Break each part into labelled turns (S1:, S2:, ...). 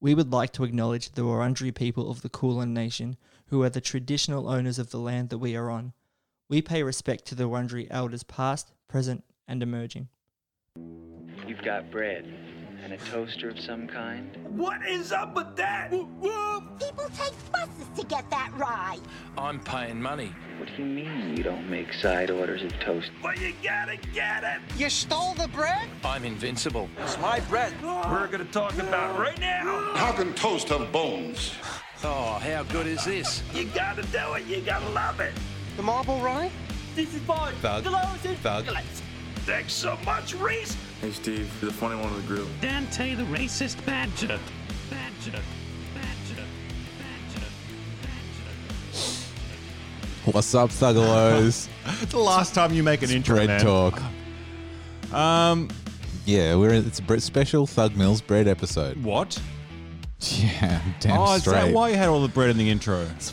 S1: We would like to acknowledge the Wurundjeri people of the Kulin Nation, who are the traditional owners of the land that we are on. We pay respect to the Wurundjeri elders past, present, and emerging.
S2: You've got bread and a toaster of some kind.
S3: What is up with that?
S4: People take buses to get that ride.
S5: I'm paying money.
S2: What do you mean you don't make side orders of toast?
S3: But you gotta get it.
S6: You stole the bread?
S5: I'm invincible.
S6: It's my bread.
S3: We're gonna talk about right now.
S7: How can toast have bones?
S5: Oh, how good is this?
S3: You gotta do it. You gotta love it.
S6: The marble rye?
S3: This is fun.
S8: Bug. Bug.
S3: Thanks so much, Reese.
S9: Hey, Steve, you're the funny one of the group.
S10: Dante the racist badger. Badger. Badger. Badger.
S8: What's up, Thuggalos?
S11: It's the last time you make an intro,
S8: Bread
S11: man.
S8: talk.
S11: Um,
S8: Yeah, we're it's a bre- special Thug Mills bread episode.
S11: what?
S8: Yeah, damn
S11: oh, is
S8: straight.
S11: that why you had all the bread in the intro?
S8: It's,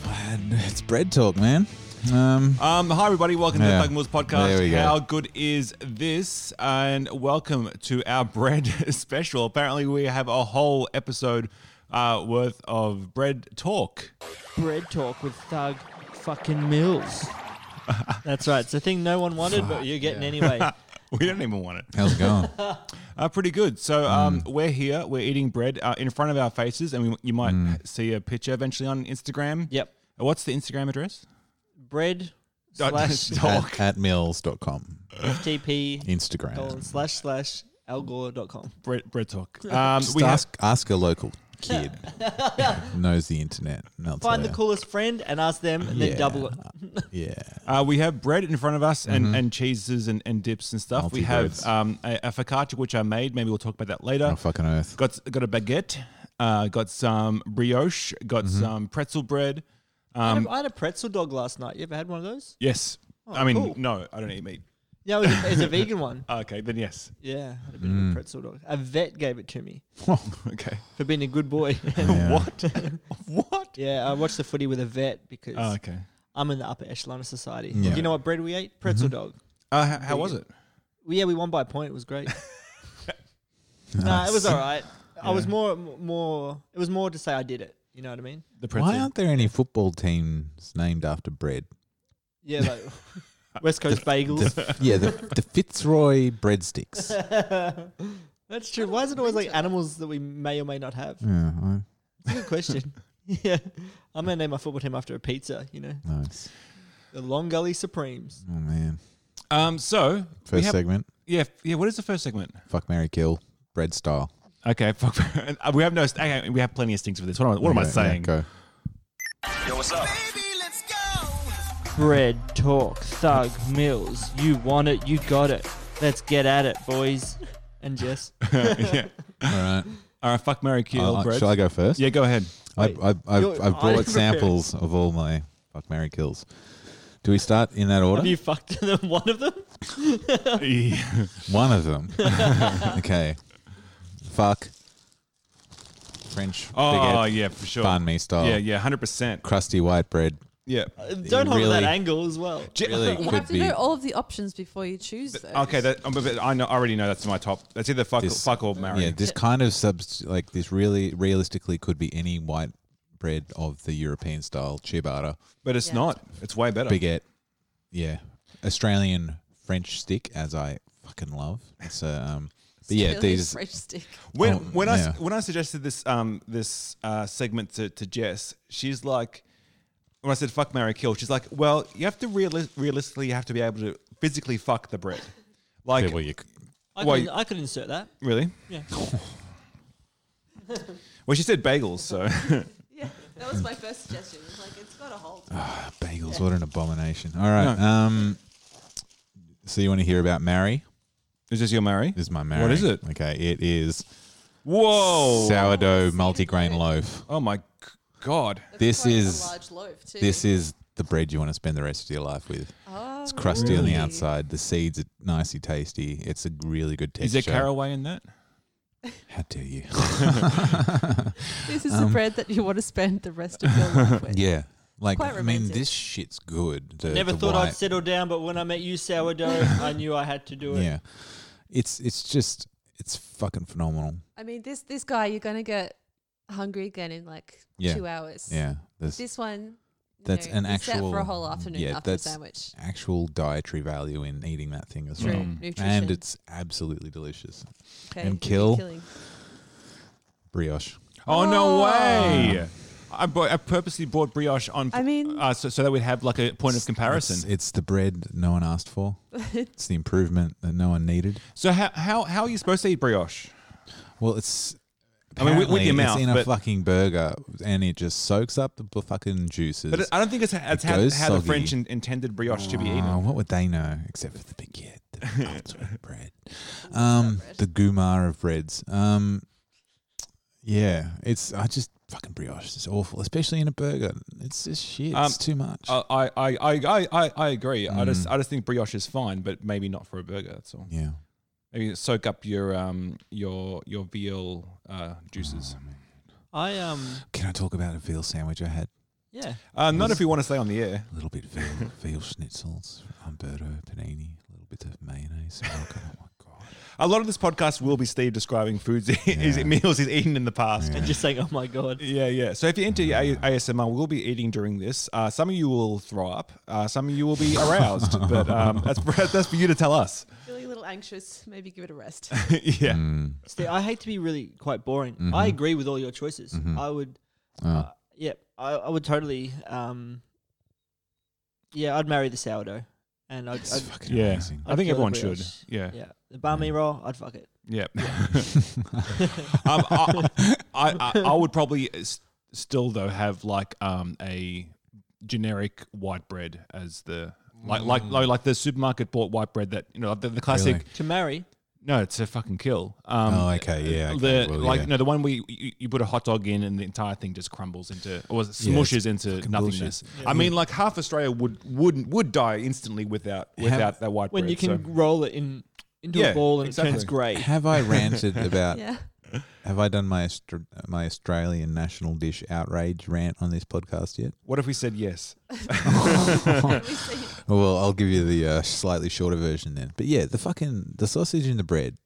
S8: it's bread talk, man. Um,
S11: Um, hi everybody, welcome to
S8: Yeah.
S11: the Thug Mills podcast.
S8: There we go.
S11: How good is this? And welcome to our bread special. Apparently, we have a whole episode uh, worth of bread talk.
S1: Bread talk with Thug fucking Mills. That's right. It's a thing no one wanted, but you're getting anyway.
S11: We don't even want it.
S8: how's it going?
S11: Uh, pretty good. So um, we're here. We're eating bread uh, in front of our faces, and we, you might see a picture eventually on Instagram.
S1: Yep.
S11: Uh, What's the Instagram address?
S1: Bread
S11: Uh,
S1: slash
S11: talk.
S8: at, at mills.com.
S1: FTP colon
S8: Instagram.
S1: slash slash algore.com.
S11: Bread, bread talk. Um,
S8: Just
S11: we have-
S8: ask, ask a local kid knows the internet. and they'll
S1: Find
S8: tell
S1: the
S8: you.
S1: coolest friend and ask them, and
S8: Yeah.
S1: then double it.
S8: Yeah.
S11: Uh, we have bread in front of us and, and cheeses and, and dips and stuff. we have
S8: Multi-breads.
S11: um, a, a focaccia, which I made. Maybe we'll talk about that later.
S8: Oh, fucking earth.
S11: Got got a baguette, uh, got some brioche, got some pretzel bread.
S1: I, had a, I had a pretzel dog last night. You ever had one of those?
S11: Um,
S1: Oh,
S11: Yes. I mean,
S1: cool.
S11: no, I don't eat meat.
S1: Yeah, it was a, it's a vegan one.
S11: Okay, then yes.
S1: Yeah, I had a bit of a pretzel dog. A vet gave it to me
S11: okay.
S1: for being a good boy.
S11: What? what?
S1: yeah, I watched the footy with a vet because
S11: Oh, okay. Mm-hmm.
S1: I'm in the upper echelon of society.
S8: Yeah.
S1: Do you know what bread we ate? Pretzel dog.
S11: Uh, how, how was it?
S1: Well, yeah, we won by a point. It was great. Nah, it was all right. I was more, more. It was more to say I did it. You know what I mean?
S11: The pretzel.
S8: Why aren't there any football teams named after bread?
S1: Yeah, like West Coast bagels.
S8: The, yeah, the, the Fitzroy breadsticks.
S1: That's true. Why is it always like animals that we may or may not have?
S8: Yeah, I-
S1: It's a good question. yeah, I'm gonna name my football team after a pizza. You know,
S8: nice.
S1: the Long Gully Supremes.
S8: Oh, man.
S11: Um, so we
S8: First
S11: have-
S8: segment.
S11: Yeah, yeah. What is the first segment?
S8: Fuck Mary Kill, bread style.
S11: Okay, fuck. uh, we have no. Okay, we have plenty of stinks for this. What am I, what am I
S8: Yeah, yeah,
S11: saying?
S8: go.
S1: Bread talk, thug Mills. You want it, you got it. Let's get at it, boys. And Jess,
S11: yeah.
S8: All right.
S11: All right. Fuck Mary Kill.
S8: Uh,
S11: bread.
S8: shall I go first?
S11: Yeah, go ahead.
S8: I,
S1: Wait,
S8: I, I,
S1: you're-
S8: I've
S1: I'm
S8: brought
S1: prepared.
S8: samples of all my fuck Mary kills. Do we start in that order?
S1: have you fucked them? One of them?
S8: One of them. okay. Fuck. French
S11: oh
S8: baguette,
S11: yeah, for sure.
S8: banh mi style.
S11: Yeah, yeah, hundred percent.
S8: Crusty white bread.
S11: Yeah.
S1: Don't hold
S8: really-
S1: that angle as well.
S8: Really
S12: You
S8: could
S12: have to
S8: be.
S12: know all of the options before you choose. Those.
S11: Okay, that, I'm a bit, I know. I already know that's my top. That's either fuck,
S8: This-
S11: fuck or marry.
S8: Yeah, this kind of subs like this really realistically could be any white bread of the European style ciabatta
S11: but it's not. It's way better.
S8: baguette. Yeah, Australian French stick as I fucking love. So um, but yeah, these
S12: French stick.
S11: When
S8: Oh,
S11: when I
S8: yeah.
S11: s- when I suggested this um this uh, segment to to Jess, she's like, when I said fuck Mary Kill, she's like, well, you have to reali- realistically you have to be able to physically fuck the bread. Like,
S8: Yeah, well, you c-
S1: I,
S11: Wait.
S1: could, I could insert that.
S11: really?
S1: Yeah.
S11: Well, she said bagels, so
S12: Yeah, that was my first suggestion. It's Like it's got a hold.
S8: Ah, Bagels, what an abomination. All right. Um, so you want to hear about Mary?
S11: is this your Mary?
S8: This is my Mary.
S11: What is it?
S8: Okay, it is
S1: Oh.
S11: Whoa!
S8: sourdough multigrain loaf.
S11: Oh my g- god!
S12: That's
S8: This
S12: quite
S8: is-
S12: a large loaf too.
S8: This is the bread you want to spend the rest of your life with.
S12: Oh,
S8: It's crusty on the
S12: really?
S8: outside. The seeds are nicely tasty. It's a really good
S11: Is
S8: texture.
S11: there caraway in that?
S8: How do you?
S12: This is the bread that you want to spend the rest of your life with.
S8: yeah. Like,
S12: Quite
S8: I mean,
S12: romantic.
S8: this shit's good. The-
S1: Never
S8: the
S1: thought
S8: white.
S1: I'd settle down, but when I met you, sourdough, I knew I had to do it.
S8: Yeah. It's, it's just, it's fucking phenomenal.
S12: I mean, this this guy you're gonna get hungry again in like
S8: Yeah.
S12: two hours.
S8: Yeah, this-
S12: This, one. you
S8: That's
S12: know,
S8: an
S12: you sat
S8: actual
S12: for a whole afternoon
S8: Yeah,
S12: after the
S8: that's
S12: sandwich.
S8: actual dietary value in eating that thing as
S12: True.
S8: well, and
S12: Nutrition.
S8: it's absolutely delicious.
S12: Okay,
S8: and
S12: who are you
S8: kill
S12: killing?
S8: brioche.
S9: Oh, no way! I, bought, I purposely bought brioche on.
S12: I mean-
S9: uh, so, so that we'd have like a point of comparison.
S8: It's, it's the bread no one asked for. it's the improvement that no one needed.
S9: So how how how are you supposed to eat brioche?
S8: Well, it's.
S9: I mean, with- with
S8: apparently
S9: your mouth,
S8: it's in a
S9: but-
S8: fucking burger, and it just soaks up the bu- fucking juices.
S9: But I don't think it's, it's
S8: It
S9: how,
S8: goes
S9: how the
S8: soggy.
S9: French in, intended brioche to be
S8: Oh,
S9: eaten.
S8: what would they know except for the baguette, the François bread, um, the goumar of breads? Um, yeah, it's I just fucking brioche. It's awful, especially in a burger. It's just shit.
S9: Um,
S8: it's too much.
S9: I I I I I, I agree. I just
S8: Mm.
S9: I just think brioche is fine, but maybe not for a burger. That's all.
S8: yeah,
S9: Maybe soak up your um your your veal uh, juices.
S8: Oh,
S1: I um
S8: can I talk about a veal sandwich I had?
S1: yeah.
S9: Uh, not if you want to stay on the air.
S8: A little bit of veal, veal schnitzels, Umberto panini, a little bit of mayonnaise. and alcohol. Oh my god!
S9: A lot of this podcast will be Steve describing foods, his
S8: Yeah.
S9: meals he's eaten in the past.
S1: And just saying, oh my god.
S9: Yeah, yeah. So if you're into A-
S8: Mm.
S9: ASMR, we'll be eating during this. Uh, some of you will throw up. Uh, some of you will be aroused. but um, that's for, that's for you to tell us.
S12: Feeling a little anxious. Maybe give it a rest.
S9: yeah.
S8: Mm.
S1: Steve, I hate to be really quite boring.
S8: Mm-hmm.
S1: I agree with all your choices. I would, uh,
S8: oh.
S1: yeah, I, I would totally, um, yeah, I'd marry the sourdough, and I'd,
S8: It's
S1: I'd,
S8: fucking
S9: Yeah.
S8: amazing.
S1: kill
S9: I think
S1: the
S9: everyone should.
S1: brioche.
S9: Yeah.
S1: yeah, the barmy roll, I'd fuck it.
S9: Yeah. um, I, I, I, I would probably s- still though have like um, a generic white bread as the like like like, like the supermarket bought white bread that you know the, the classic.
S8: Mm. Really?
S1: To marry,
S9: No, it's a fucking kill. Um,
S8: Oh, okay, yeah, okay,
S9: The
S8: well,
S9: like
S8: yeah.
S9: no, the one where you, you, you put a hot dog in and the entire thing just crumbles into or was it
S8: Yeah,
S9: smushes
S8: it's
S9: into
S8: fucking
S9: nothingness.
S8: bullshit.
S9: I mean, like half Australia would would would die instantly without without that white
S1: when
S9: bread.
S1: you can
S9: so-
S1: roll it in into
S9: Yeah,
S1: a ball and
S9: exactly.
S1: it turns grey.
S8: Have I ranted about
S12: yeah.
S8: Have I done my Austra- my Australian national dish outrage rant on this podcast yet?
S9: what if we said yes?
S8: Oh, Well, I'll give you the uh, slightly shorter version then. But yeah, the fucking the sausage in the bread.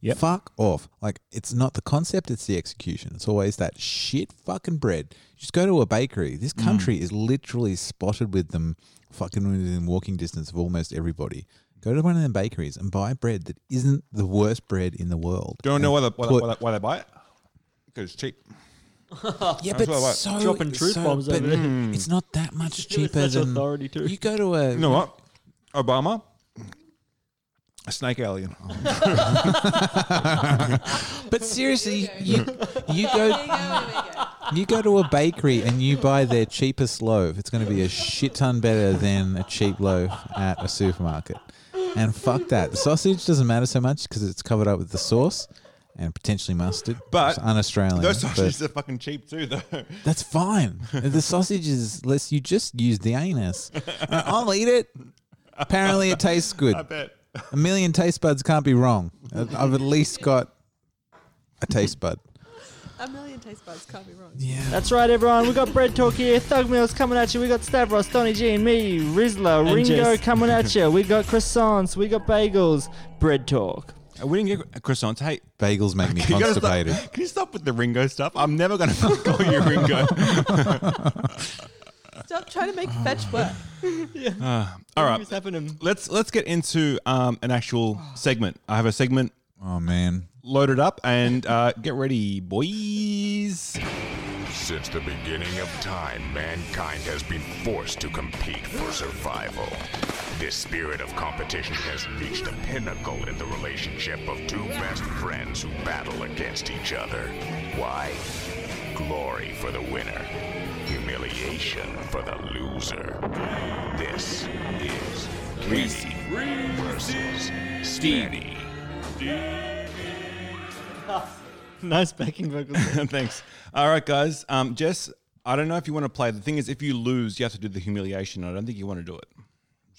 S9: Yep.
S8: Fuck off. Like it's not the concept, it's the execution. It's always that shit fucking bread. Just go to a bakery.
S9: Mm.
S8: This country is literally spotted with them fucking within walking distance of almost everybody. Go to one of them bakeries and buy bread that isn't the worst bread in the world.
S9: Don't know why they, why, they,
S8: Put-
S9: why, they, why they buy it because it's cheap.
S8: Yeah,
S9: That's what
S8: but
S9: I like.
S8: so,
S1: Dropping truth
S8: so-
S1: bombs
S8: but
S1: over there.
S8: It's not that much
S1: You're
S8: cheaper
S1: such
S8: than
S1: authority too.
S8: You go to a
S9: You know what? Obama, a snake alien.
S8: but seriously, you you go you go to a bakery and you buy their cheapest loaf. It's going to be a shit ton better than a cheap loaf at a supermarket. And fuck that. The sausage doesn't matter so much because it's covered up with the sauce and potentially mustard.
S9: But
S8: it's un-Australian.
S9: Those
S8: but-
S9: sausages are fucking cheap too, though.
S8: That's fine. the sausage is less. You just use the anus. Uh, I'll eat it. Apparently, it tastes good.
S9: I bet.
S8: A million taste buds can't be wrong. Uh, I've at least got a taste bud.
S12: A million taste buds can't be wrong.
S8: Yeah.
S1: That's right, everyone. We got bread talk here. Thug Mills coming at you. We got Stavros, Donny G, and me, Rizzler,
S12: And
S1: Ringo
S12: Jess.
S1: coming at you. We got croissants. We got bagels. Bread talk.
S9: Uh, We didn't get croissants. Hey,
S8: Bagels make me
S9: you gotta stop-
S8: constipated.
S9: can you stop with the Ringo stuff? I'm never going to call you Ringo.
S12: Stop trying to make fetch work.
S9: Ah, All right, let's let's get into um, an actual segment. I have a segment
S8: Oh man.
S9: loaded up, and uh, get ready, boys.
S11: Since the beginning of time, mankind has been forced to compete for survival. This spirit of competition has reached a pinnacle in the relationship of two best friends who battle against each other. Why? Glory for the winner, humiliation for the loser. This is Reese versus Stevie.
S1: Nice backing vocals.
S9: Thanks. All right, guys. Um, Jess, I don't know if you want to play. The thing is, if you lose, you have to do the humiliation. I don't think you want to do it.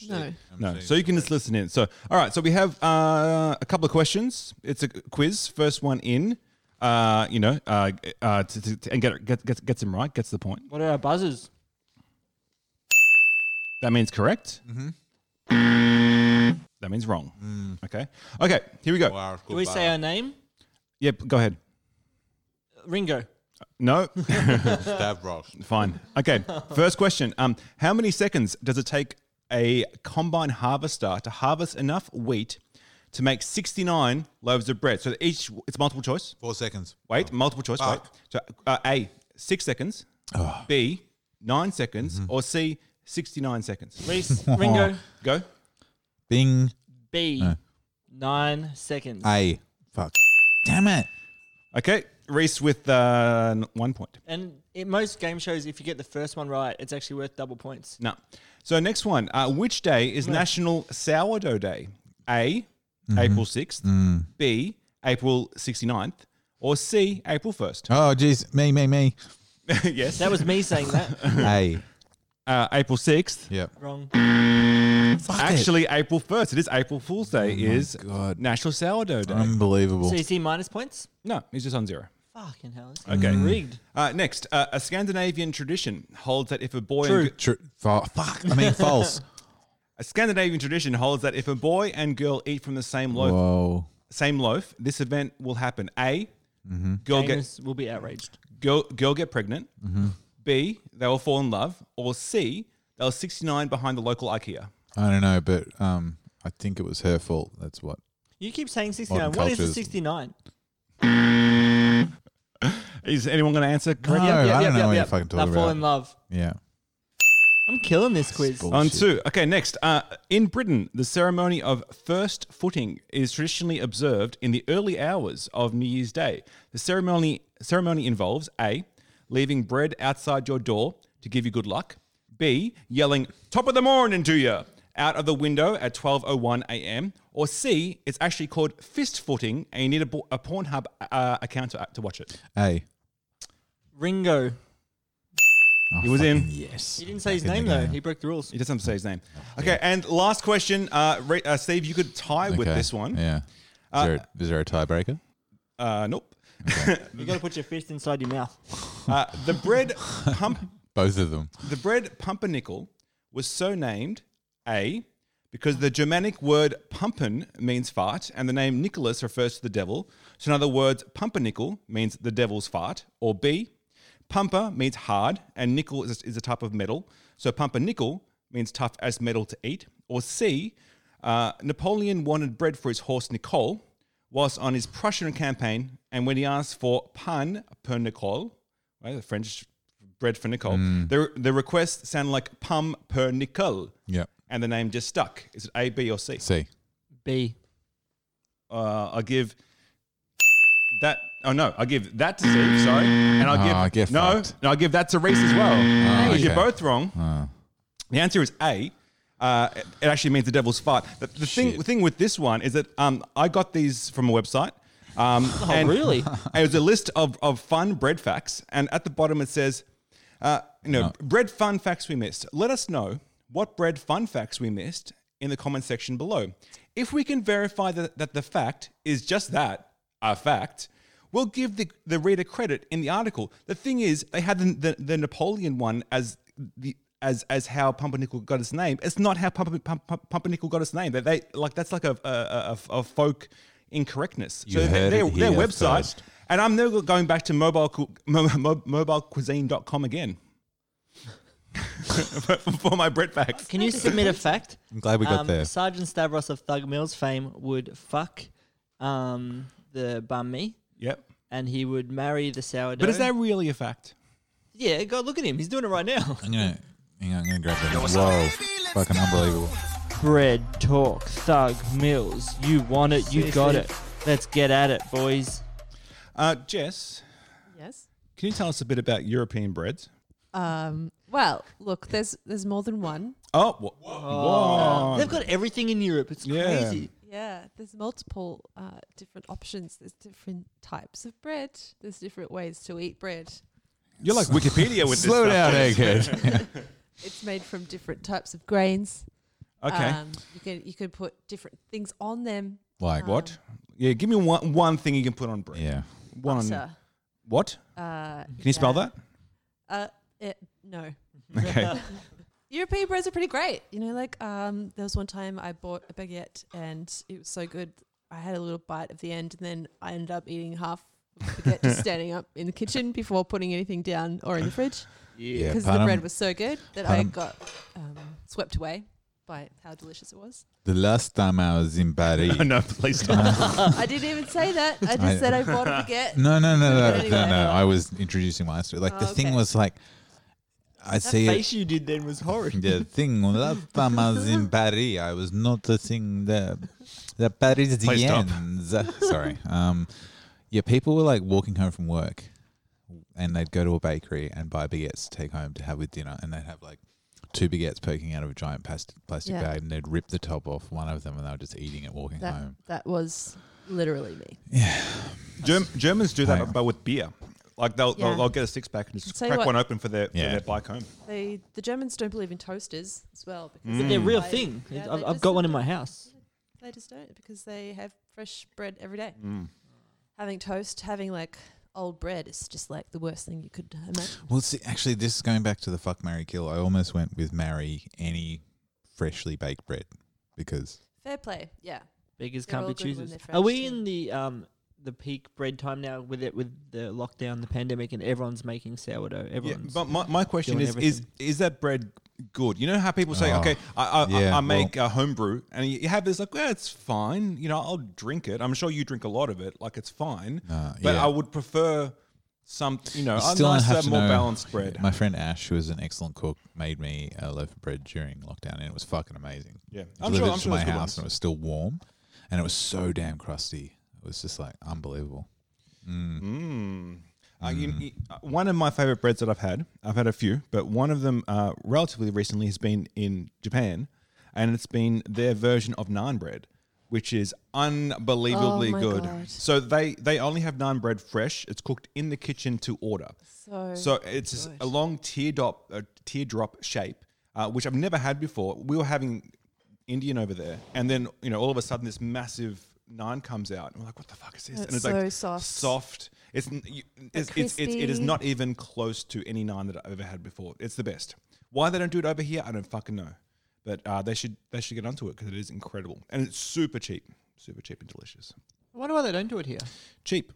S12: No.
S1: um,
S9: No, so you can just listen in. So, all right, so we have uh, a couple of questions. It's a quiz. First one in, uh, you know, uh, uh, to, to, to- and get, get gets gets him right, gets the point.
S1: What are our buzzers?
S9: That means correct. Mm-hmm. That means wrong. Okay. Okay. Here we go.
S1: Do we say our name?
S9: Yep. Go ahead.
S1: Ringo.
S9: No.
S8: Stavros.
S9: Fine. Okay. First question. Um, how many seconds does it take a combine harvester to harvest enough wheat to make 69 loaves of bread? So each, it's multiple choice.
S8: Four seconds.
S9: Wait, multiple choice.
S8: Ah.
S9: Wait. So uh, A, six seconds. B, nine seconds.
S8: Mm-hmm.
S9: Or C, 69 seconds.
S1: Reese,
S8: Oh.
S1: Ringo.
S9: Go.
S8: Bing.
S1: B.
S8: No.
S1: Nine seconds.
S8: A. Fuck. Damn it.
S9: Okay. Reese with uh, n- one point.
S1: And in most game shows, if you get the first one right, it's actually worth double points.
S9: No. So next one. Uh, which day is National Sourdough Day? A.
S8: Mm-hmm.
S9: April 6th.
S8: Mm.
S9: B. April 69th. Or C. April 1st.
S8: Oh, jeez. Me, me, me.
S9: yes.
S1: That was me saying that.
S8: A.
S9: Uh, April 6th.
S8: Yep.
S1: Wrong.
S8: Fuck it.
S9: Actually, April 1st. It is April Fool's Day is
S8: Oh God. Um,
S9: National Sourdough Day.
S8: Unbelievable.
S1: So you see minus points?
S9: no, he's just on zero.
S1: Fucking hell. This
S9: Okay.
S1: okay.
S8: Mm.
S1: rigged.
S9: Uh, next, uh, a Scandinavian tradition holds that if a boy and
S8: True.
S9: g-
S8: True. Fa- Fuck. I mean, false.
S9: a Scandinavian tradition holds that if a boy and girl eat from the same loaf,
S8: Whoa.
S9: same loaf, this event will happen. A, girl gets
S1: Gamers will be outraged.
S9: girl, girl get pregnant. B, they will fall in love. Or C, they were 69 behind the local IKEA.
S8: I don't know, but um, I think it was her fault. That's what.
S1: You keep saying 69.
S8: Modern
S1: What is the
S8: cultures.
S1: 69?
S9: Is anyone going to answer correctly?
S8: No, I don't know what you're fucking talking
S1: They fall
S8: about.
S1: in love.
S8: Yeah.
S1: I'm killing this quiz.
S8: bull-
S9: On
S8: Shit.
S9: two. Okay, next. Uh, in Britain, the ceremony of first footing is traditionally observed in the early hours of New Year's Day. The ceremony ceremony involves A, leaving bread outside your door to give you good luck. B, yelling "Top of the morning" to you out of the window at 12:01 a.m. Or C, it's actually called fist footing, and you need a, bo- a Pornhub uh, account to, to watch it.
S8: A.
S1: Ringo.
S8: Oh,
S9: He was in.
S8: fucking Yes.
S1: He didn't say his
S8: Back in
S1: name,
S8: the
S1: though.
S8: game.
S1: He broke the rules.
S9: He doesn't say his name. Okay, and last question, uh, Re- uh, Steve, you could tie with
S8: Okay.
S9: this one.
S8: Yeah. Is, there, a, is there a tiebreaker?
S9: Uh, nope.
S1: you got to put your fist inside your mouth.
S9: Uh, the bread pump,
S8: Both of them.
S9: the bread pumpernickel was so named a because the Germanic word pumpen means fart, and the name Nicholas refers to the devil. So, in other words, pumpernickel means the devil's fart, or b pumper means hard, and nickel is, is a type of metal. So, pumpernickel means tough as metal to eat, or c uh, Napoleon wanted bread for his horse Nicole whilst on his Prussian campaign, and when he asked for pan per Nicole, right, the French bread for Nicole,
S8: Mm.
S9: the, the request sounded like pum per Nicole,
S8: Yep.
S9: and the name just stuck. Is it A, B, or C?
S8: C.
S1: B.
S9: Uh, I'll give that. Oh no, I'll give that to C. Sorry, and I'll
S8: Oh,
S9: give
S8: I get
S9: no,
S8: fucked.
S9: no, I'll give that to Reese as well.
S8: Oh,
S9: Because You're
S8: okay.
S9: both wrong.
S8: Ah.
S9: The answer is A. Uh, it- it actually means the devil's fart. The, the thing,
S8: Shit.
S9: the thing with this one is that um, I got these from a website. Um, oh,
S1: really?
S9: It was a list of, of fun bread facts, and at the bottom it says, uh, you know, bread fun facts we missed. Let us know what bread fun facts we missed in the comment section below. If we can verify that, that the fact is just that, a fact, we'll give the, the reader credit in the article. The thing is, they had the, the, the Napoleon one as the as as how Pumpernickel got its name. It's not how Pumper, Pump, Pump- Pumpernickel got its name. That they like that's like a a, a, a folk incorrectness.
S8: You heard
S9: their,
S8: it
S9: their
S8: here
S9: website.
S8: first.
S9: And I'm never going back to mobile cu- mo- mo- mobilecuisine.com again for, for my bread facts.
S1: Can you submit a fact?
S8: I'm glad we got
S1: um,
S8: there.
S1: Sergeant Stavros of Thug Mills fame would fuck um, the bum me,
S9: Yep.
S1: and he would marry the sourdough.
S9: But is that really a fact?
S1: Yeah, God, look at him. He's doing it right now.
S8: I'm gonna, hang on, I'm gonna grab that. Whoa, fucking unbelievable.
S1: Bread talk, Thug Mills. You want it, you got it. Let's get at it, boys.
S9: Uh, Jess,
S12: Yes.
S9: can you tell us a bit about European breads?
S12: Um, well, look, there's there's more than one.
S9: Oh, wha- whoa.
S1: They've got everything in Europe. It's
S9: Yeah.
S1: crazy.
S12: Yeah, there's multiple uh, different options. There's different types of bread. There's different ways to eat bread.
S9: You're like Wikipedia with
S8: Slow
S9: this.
S8: down,
S9: stuff, Jess.
S8: egghead.
S12: It's made from different types of grains.
S9: Okay.
S12: Um, you can you can put different things on them.
S8: like
S9: what? Yeah, give me one, one thing you can put on
S12: Um,
S9: bread.
S8: Yeah.
S9: One.
S12: Butter.
S9: What?
S12: Uh,
S9: Can you spell that?
S12: Uh, eh, no.
S9: Okay.
S12: European breads are pretty great. You know, like um, there was one time I bought a baguette and it was so good. I had a little bite of the end, and then I ended up eating half forget just standing up in the kitchen before putting anything down or in the fridge.
S8: Yeah.
S12: Because
S8: Panam-
S12: the bread was so good that I
S8: Panam-
S12: got um, swept away by how delicious it was.
S8: The last time I was in Paris.
S9: no, please
S12: I didn't even say that. I just
S8: I-
S12: said I bought a baguette.
S8: No, no, no, no,
S12: But anyway.
S8: no, no. I was introducing my story. Like the
S12: Oh,
S8: thing
S12: okay.
S8: was like, I
S1: That
S8: see it.
S1: face you did then was horrid.
S8: The thing was, last time I was in Paris, I was noticing the the Parisians. Sorry. Um, yeah, people were like walking home from work, and they'd go to a bakery and buy baguettes to take home to have with dinner, and they'd have like two baguettes poking out of a giant plastic plastic
S12: Yeah.
S8: bag, and they'd rip the top off one of them, and they were just eating it walking
S12: That,
S8: home.
S12: that was literally me.
S9: Germ- Germans do that, but with beer. Like they'll,
S12: Yeah.
S9: they'll, they'll get a six pack and just
S12: Tell you
S9: crack
S12: what-
S9: one open for their
S8: Yeah.
S9: for their bike home.
S12: They, the Germans don't believe in toasters as well. Because
S9: But
S8: Mm.
S1: They're
S12: they-
S1: real
S12: I-
S1: thing.
S12: yeah,
S1: I've,
S12: they
S1: I've
S12: just
S1: got one in
S12: don't-
S1: my house.
S12: They just don't because they have fresh bread every day.
S9: Mm.
S12: Having toast, having like old bread is just like the worst thing you could imagine.
S8: Mm. Well, see, actually, this is going back to the fuck Mary kill. I almost went with marry any freshly baked bread because
S12: Fair play, yeah.
S1: Beggars
S12: They're
S1: can't
S12: all
S1: be
S12: good when
S1: choosers.
S12: they're
S1: Are we
S12: fresh, yeah.
S1: in the um the peak bread time now with it with the lockdown, the pandemic, and everyone's making sourdough?
S9: Yeah,
S1: Everyone's.
S9: but my, my question
S1: doing
S9: is, is
S1: everything.
S9: is that bread good? You know how people say,
S8: Oh,
S9: okay, I I,
S8: yeah,
S9: I, I make a homebrew, and you have this like, well, it's fine. You know, I'll drink it. I'm sure you drink a lot of it. Like it's fine,
S8: Uh,
S9: but
S8: yeah.
S9: I would prefer some. You know,
S8: You
S9: I'd
S8: don't
S9: nice to
S8: have
S9: have
S8: to
S9: more
S8: know-
S9: balanced bread.
S8: My friend Ash, who is an excellent cook, made me a loaf of bread during lockdown, and it was fucking amazing.
S9: Yeah.
S8: He
S9: I'm
S8: delivered
S9: sure-
S8: it
S9: I'm
S8: to
S9: sure
S8: my
S9: there's good
S8: house,
S9: ones.
S8: and it was still warm, and it was so damn crusty. It was just like unbelievable.
S9: Uh, you- you- uh, one of my favorite breads that I've had, I've had a few, but one of them uh, relatively recently has been in Japan, and it's been their version of naan bread, which is unbelievably
S12: Oh my
S9: good.
S12: God.
S9: So they they only have naan bread fresh. It's cooked in the kitchen to order.
S12: So
S9: So it's just a long teardrop uh, teardrop shape, uh, which I've never had before. We were having Indian over there, and then you know all of a sudden this massive naan comes out, and we're like, "What the fuck is this?"
S12: It's
S9: and it's
S12: so
S9: like
S12: soft.
S9: soft. It's, n- you, it's, it's, it's it is
S12: crispy.
S9: not even close to any naan that I've ever had before. It's the best. Why they don't do it over here, I don't fucking know. But uh, they should they should get onto it because it is incredible and it's super cheap, super cheap and delicious.
S1: I wonder why they don't do it here.
S9: Cheap,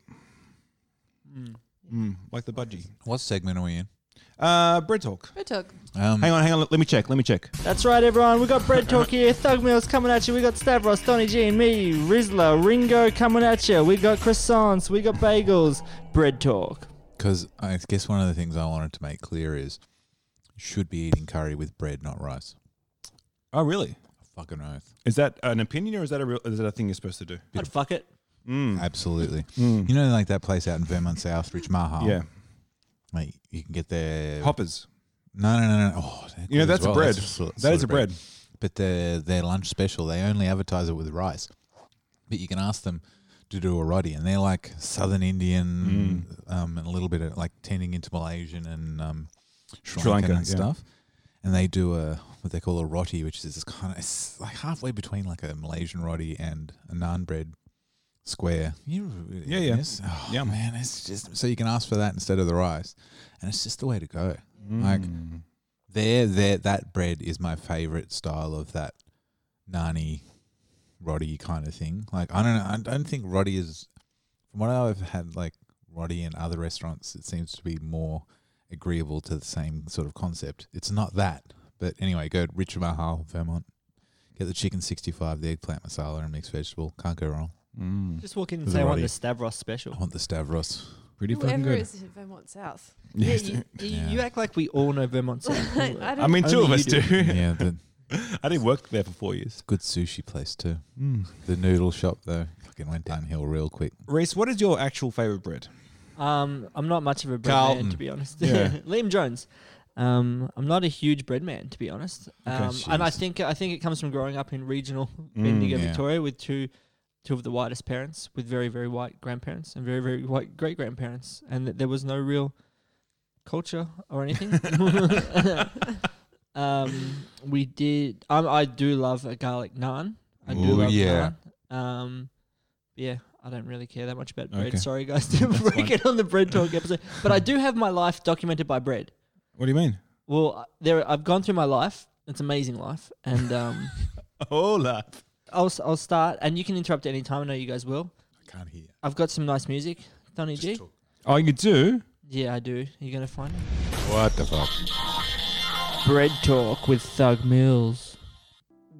S12: Hmm.
S9: mm, like the budgie.
S8: What segment are we in?
S9: Uh, bread talk.
S12: bread talk.
S8: Um,
S9: Hang on, hang on. Let me check. Let me check.
S1: That's right, everyone. We got Bread Talk here. Thug Mills coming at you. We got Stavros, Donny G, and me, Rizzler, Ringo coming at you. We got croissants. We got bagels. Bread Talk.
S8: Because I guess one of the things I wanted to make clear is you should be eating curry with bread, not rice.
S9: Oh, really?
S8: Fucking oath.
S9: Is that an opinion or is that a real, is that a thing you're supposed to do?
S1: I'd fuck it.
S9: Hmm.
S8: Absolutely. You know, like that place out in Vermont South, Rich Mahal?
S9: Yeah,
S8: Like, you can get their
S9: hoppers.
S8: No, no, no, no. Oh, they're
S9: You know
S8: good
S9: that's
S8: as
S9: a
S8: well.
S9: bread.
S8: That's sort-
S9: That
S8: sort
S9: is
S8: of
S9: a bread.
S8: But their their lunch special, they only advertise it with rice. But you can ask them to do a roti, and they're like Southern Indian,
S9: Hmm.
S8: um, and a little bit of like tending into Malaysian and um, Sri,
S9: Sri
S8: Lankan
S9: Lanka,
S8: and
S9: yeah.
S8: stuff. And they do a what they call a roti, which is this kind of it's like halfway between like a Malaysian roti and a naan bread square. You
S9: Yeah, yeah.
S8: yes? Oh,
S9: Yum.
S8: man, it's just so you can ask for that instead of the rice, and it's just the way to go. Like there, there, that bread is my favorite style of that nani roddy kind of thing. Like I don't know, I don't think roddy is. From what I've had, like roddy in other restaurants, it seems to be more agreeable to the same sort of concept. It's not that, but anyway, go to Richard Mahal, Vermont. Get the chicken sixty-five, the eggplant masala, and mixed vegetable. Can't go wrong.
S9: Hmm.
S1: Just walk in and
S8: The
S1: say I want
S8: roti.
S1: the Stavros
S8: I
S1: special.
S8: want the Stavros.
S9: Pretty fucking
S12: Whoever
S9: good.
S12: is in Vermont South.
S1: Yeah, you, you,
S8: Yeah.
S1: you act like we all know Vermont South.
S12: I, don't
S9: I mean, two
S1: Only
S9: of
S1: you
S9: us
S1: do.
S9: do.
S8: yeah, the
S9: I didn't work there for four years.
S8: good sushi place too.
S9: Hmm.
S8: The noodle shop though, fucking went downhill real quick.
S9: Reese, what is your actual favorite bread?
S1: Um, I'm not much of a bread
S8: Carlton.
S1: man to be honest.
S9: Yeah.
S1: Liam Jones. Um, I'm not a huge bread man to be honest. Um, and I
S8: jeez. Mm,
S1: think I think it comes from growing up in regional Bendigo,
S8: yeah.
S1: Victoria, with two two of the whitest parents, with very very white grandparents and very very white great grandparents, and that there was no real culture or anything. um, we did. Um, I do love a garlic naan. I do
S8: Ooh,
S1: love
S8: yeah.
S1: naan. Um, yeah, I don't really care that much about bread.
S9: Okay.
S1: Sorry, guys, to break it on the bread talk episode. But I do have my life documented by bread.
S9: What do you mean?
S1: Well, I- there I've gone through my life. It's an amazing life, and um,
S9: Hola.
S1: I'll s- I'll start, and you can interrupt at any time. I know you guys will.
S8: I can't hear.
S1: I've got some nice music Donny G.
S9: Oh, you do?
S1: Yeah, I do. You gonna find it?
S9: What the fuck?
S1: Bread talk with Thug Mills.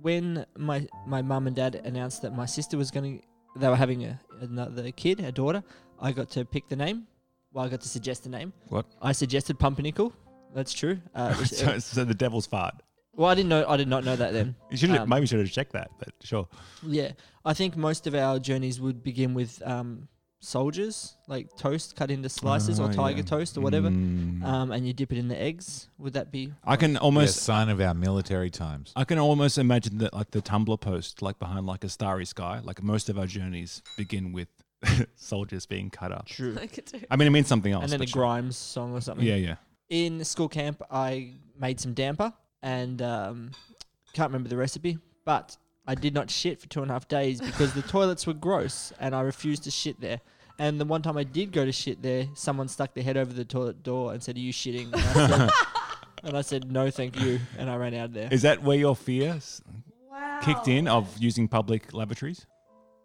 S1: When my my mum and dad announced that my sister was going to, they were having a, another kid, a daughter. I got to pick the name. Well, I got to suggest the name.
S9: What?
S1: I suggested Pumpernickel. That's true. Uh, it's-
S9: so, so the devil's fart.
S1: well, I didn't know. I did not know that then.
S9: You should have
S1: Um,
S9: maybe should have checked that, but sure.
S1: Yeah, I think most of our journeys would begin with um, soldiers, like toast cut into slices
S9: Oh,
S1: or tiger
S9: yeah.
S1: toast or whatever,
S9: Mm.
S1: um, and you dip it in the eggs. Would that be?
S9: I can
S8: Yeah,
S9: almost
S8: sign of our military times.
S9: I can almost imagine that like the Tumblr post, like behind like a starry sky, like most of our journeys begin with soldiers being cut up.
S1: True.
S12: I could do.
S9: I mean it means something else.
S1: and then a
S9: but sure.
S1: Grimes song or something.
S9: Yeah, yeah.
S1: In school camp, I made some damper and um, can't remember the recipe, but I did not shit for two and a half days because the toilets were gross and I refused to shit there. And the one time I did go to shit there, someone stuck their head over the toilet door and said, Are you shitting? And I said, and I said No, thank you. And I ran out of there.
S9: Is that where your fear s- kicked in
S1: Oh.
S9: of using public lavatories?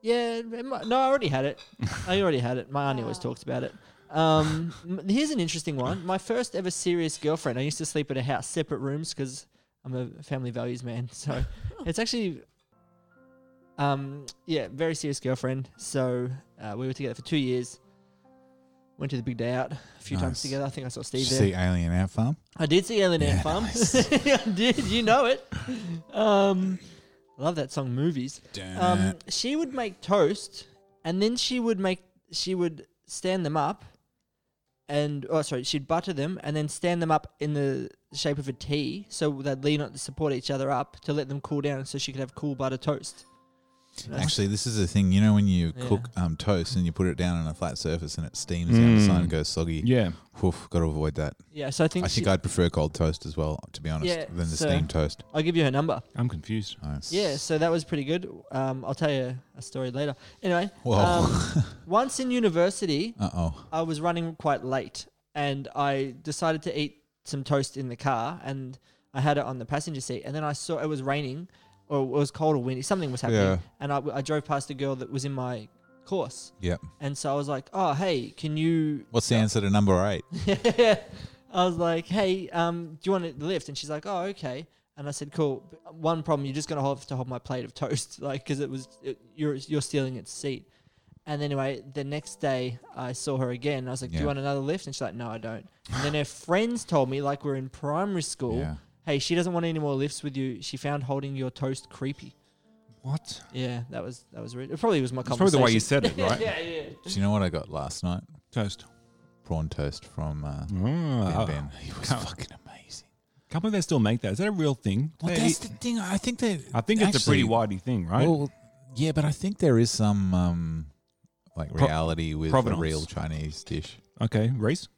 S1: Yeah, it mi- no, I already had it. I already had it. My auntie always talks about it. Um, m- here's an interesting one. My first ever serious girlfriend. I used to sleep at a house, separate rooms, because I'm a family values man. So it's actually, um, yeah, very serious girlfriend. So uh, we were together for two years. Went to the big day out a few times
S8: Nice.
S1: together. I think I saw
S8: Did
S1: Steve
S8: you
S1: there.
S8: see Alien Ant Farm?
S1: I did see Alien Ant
S8: Yeah,
S1: Farm.
S8: nice.
S1: I did. You know it. Um, I love that song, Movies. Um, she would make toast, and then she would make she would stand them up, and oh sorry, she'd butter them and then stand them up in the shape of a T, so they'd lean on to support each other up to let them cool down, so she could have cool butter toast. Nice.
S8: Actually, this is a thing. You know when you
S1: Yeah.
S8: cook um, toast and you put it down on a flat surface and it steams the
S9: Mm.
S8: outside and goes soggy.
S9: Yeah.
S8: Oof, got to avoid that.
S1: Yeah, so I think
S8: I
S1: she-
S8: think I'd prefer cold toast as well, to be honest,
S1: Yeah,
S8: than the
S1: so-
S8: steamed toast.
S1: I'll give you her number.
S9: I'm confused.
S8: Nice.
S1: Yeah, so that was pretty good. Um, I'll tell you a story later. Anyway,
S8: Whoa.
S1: um, once in university,
S8: Uh oh.
S1: I was running quite late and I decided to eat some toast in the car and I had it on the passenger seat and then I saw it was raining or it was cold or windy something was happening
S8: Yeah.
S1: and I, I drove past a girl that was in my course
S8: Yep.
S1: and so I was like oh hey can you
S8: What's the answer to number eight?
S1: I was like hey um do you want to lift and she's like oh okay and I said cool But one problem you're just gonna have to hold my plate of toast like because it was it, you're you're stealing its seat and anyway, the next day I saw her again. and I was like, "Do
S8: Yeah.
S1: you want another lift?" And she's like, "No, I don't." And then her friends told me, like we're in primary school,
S8: Yeah.
S1: "Hey, she doesn't want any more lifts with you. She found holding your toast creepy."
S9: What?
S1: Yeah, that was that was rude. It probably was my
S9: That's probably
S1: conversation.
S9: the way you said it, right?
S1: yeah, yeah.
S8: Do you know what I got last night?
S9: Toast.
S8: Prawn toast from uh,
S9: Ah.
S8: Ben Ben. He was
S9: Can't-
S8: fucking amazing.
S9: Can't believe they still make that. Is that a real thing?
S8: Well,
S9: They
S8: that's
S9: eat-
S8: the thing. I think that
S9: I think it's a pretty
S8: actually-
S9: widey thing, right?
S8: Well, yeah, but I think there is some um, like
S9: Pro-
S8: reality with
S9: provenance.
S8: a real Chinese dish.
S9: okay, Reese.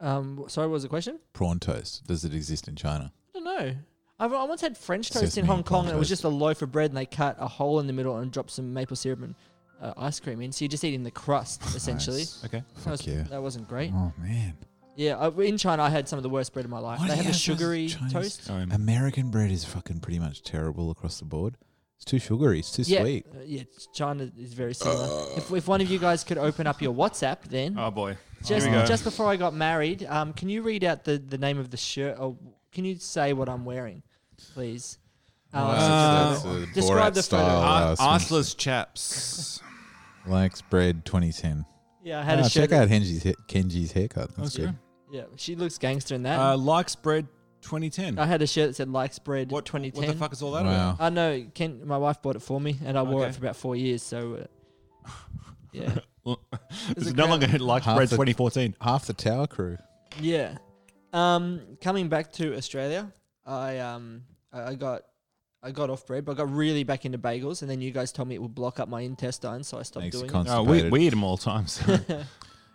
S1: Um, w- sorry, what was the question?
S8: Prawn toast. Does it exist in China?
S1: I don't know. I've, I once had French toast in
S8: Sesame
S1: Hong
S8: and
S1: Kong,
S8: prawn
S1: and it was
S8: toast.
S1: just a loaf of bread, and they cut a hole in the middle and dropped some maple syrup and uh, ice cream in. So you're just eating the crust essentially.
S8: Nice.
S9: Okay.
S1: That,
S8: Fuck
S1: was,
S8: yeah.
S1: that wasn't great.
S8: Oh man,
S1: Yeah, I, in China, I had some of the worst bread of my life.
S8: Why do
S1: they
S8: you
S1: have a
S8: have those
S1: sugary
S8: Chinese-
S1: toast.
S9: Um,
S8: American bread is fucking pretty much terrible across the board. It's too sugary. It's too
S1: yeah,
S8: sweet.
S1: uh, yeah, it's- China is very similar. if, if one of you guys could open up your WhatsApp, then
S9: oh boy.
S1: just
S9: Here we go.
S1: just before I got married, um, can you read out the, the name of the shirt? Or can you say what I'm wearing, please? Um,
S9: Uh,
S1: so-
S8: Oh, That's a
S1: describe
S8: Borat
S1: the photo.
S8: style,
S9: Ar-
S8: uh, swing-
S9: arseless chaps.
S8: Likes bread 2010.
S1: yeah, I had
S8: Ah,
S1: a shirt.
S8: check out Henji's, ha- Kenji's haircut. That's
S9: Okay.
S8: good.
S1: Yeah, she looks gangster in that.
S9: Uh, likes bread 2010.
S1: I had a shirt that said "Likes Bread
S9: what,
S1: 2010."
S9: what the fuck is all that
S8: Wow.
S9: about?
S1: I know. Ken, my wife bought it for me, and I wore
S9: Okay.
S1: it for about four years. So, uh, yeah,
S9: Well,
S1: Is
S9: It's
S1: it
S9: no
S1: crap?
S9: longer likes
S8: Half
S9: bread
S8: the-
S9: 2014.
S8: Half the tower crew.
S1: Yeah. Um, coming back to Australia, I um, I I got, I got off bread, but I got really back into bagels, and then you guys told me it would block up my intestines, so I stopped
S8: Makes you
S1: doing
S9: No, we,
S8: constipated.
S9: we eat them all the time. So.
S1: it.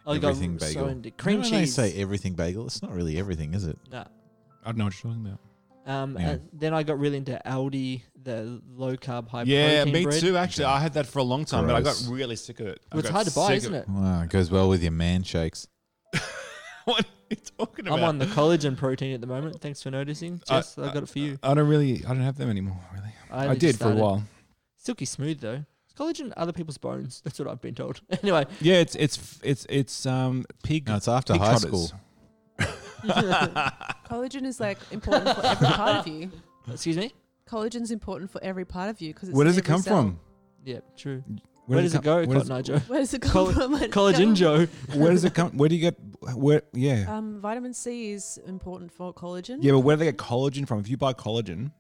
S1: I got
S8: everything
S1: so
S8: bagel.
S1: into cream
S8: You know when
S1: cheese.
S8: They say everything bagel. It's not really everything, is it?
S1: Nah.
S9: I don't know what you're talking about.
S1: Um,
S8: Yeah.
S1: and then I got really into Aldi, the low carb, high
S9: Yeah,
S1: protein
S9: me
S1: bread.
S9: too. Actually, I had that for a long time, but I
S8: Gross.
S9: got really sick of it. I
S1: Well, it's
S9: got
S1: hard to buy,
S9: sick
S1: isn't
S9: of
S1: it?
S8: Wow, it goes well with your man shakes.
S9: what are you talking about?
S1: I'm on the collagen protein at the moment. Thanks for noticing,
S9: I-
S1: Jess. I, got it for you.
S9: I don't really. I don't have them anymore. Really, I,
S1: only just
S9: did for a
S1: started.
S9: while.
S1: Silky smooth though. It's Collagen, other people's bones. That's what I've been told. Anyway,
S9: Yeah, it's it's it's it's um pig.
S8: No, it's after
S9: pig
S8: high
S9: trotters.
S8: school.
S12: Collagen is like important for every part of you.
S1: excuse me.
S12: Collagen's important for every part of you because
S9: Where does it come from?
S1: Yeah, true.
S9: Where
S1: Where,
S9: does
S1: does
S9: it
S1: it go,
S9: come- where does
S1: Cotton
S9: it-
S1: Eye Joe?
S12: Where does it come
S1: Coll-
S12: from? I
S1: Collagen
S12: don't-
S1: Joe.
S9: Where does it come? Where do you get? Where? Yeah,
S12: Um, vitamin C is important for collagen.
S9: yeah. But where do they get collagen from? If you buy collagen,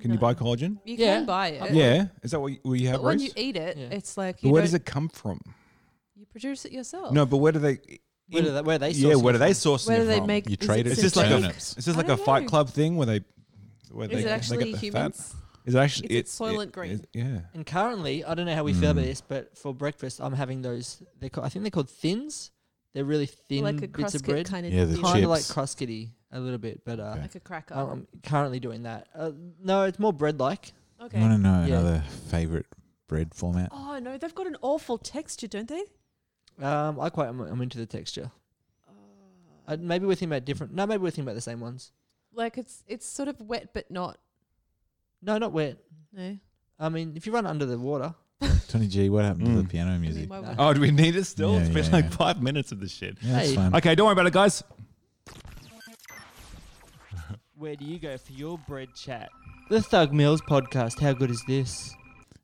S9: can you
S12: No.
S9: buy collagen?
S12: You
S1: Yeah.
S12: can buy it.
S9: Yeah, is that what you, what you have?
S12: Uh, But when
S9: Reese?
S12: you eat it,
S1: Yeah.
S12: it's like
S9: but
S12: you,
S9: where
S12: don't- Oh.
S9: does it come from?
S12: you produce it yourself.
S9: No, but where do they?
S1: Where do they- where they
S9: Yeah,
S1: sourcing
S9: where do they
S1: from?
S9: sourcing
S12: Whether
S9: it
S12: they
S9: from?
S12: make
S8: You
S12: is
S8: trade
S12: it
S8: it
S9: It's just like
S12: synthetic?
S9: a, it's just
S12: I
S9: like a
S12: don't
S9: Fight
S12: know.
S9: Club thing where they where they,
S12: Is it
S9: they
S12: actually
S9: get the
S12: humans?
S9: Fat. Is it actually
S12: It's a soylent
S9: it-
S12: green.
S9: it- yeah.
S1: And currently, I don't know how we feel about
S9: Hmm.
S1: this, but for breakfast, I'm having those. They I think they're called thins. They're really thin
S12: Like a
S1: bits of
S12: crusket
S1: bread,
S12: kind of
S8: Yeah, the
S1: kind of like
S8: Chips.
S1: crusty a little bit. But uh,
S12: like a cracker.
S1: I'm currently doing that. Uh, no, it's more bread like.
S12: okay.
S8: want to know
S1: Yeah.
S8: another favorite bread format?
S12: Oh no, they've got an awful texture, don't they?
S1: Um, I quite am, I'm into the texture. Uh, maybe we're thinking about different. No, maybe we're thinking about the same ones.
S12: Like it's it's sort of wet but not.
S1: No, not wet.
S12: No.
S1: I mean, if you run under the water,
S8: Tony G, what happened to the
S9: Mm.
S8: piano
S12: I mean,
S8: music?
S12: why
S1: No.
S12: would-
S9: Oh, do we need it still?
S8: Yeah,
S9: it's been
S8: yeah,
S9: like
S8: yeah.
S9: five minutes of this shit.
S8: Yeah, that's
S1: Hey.
S8: fine.
S9: Okay, don't worry about it, guys.
S1: where do you go for your bread chat? The Thug Mills podcast. How good is this?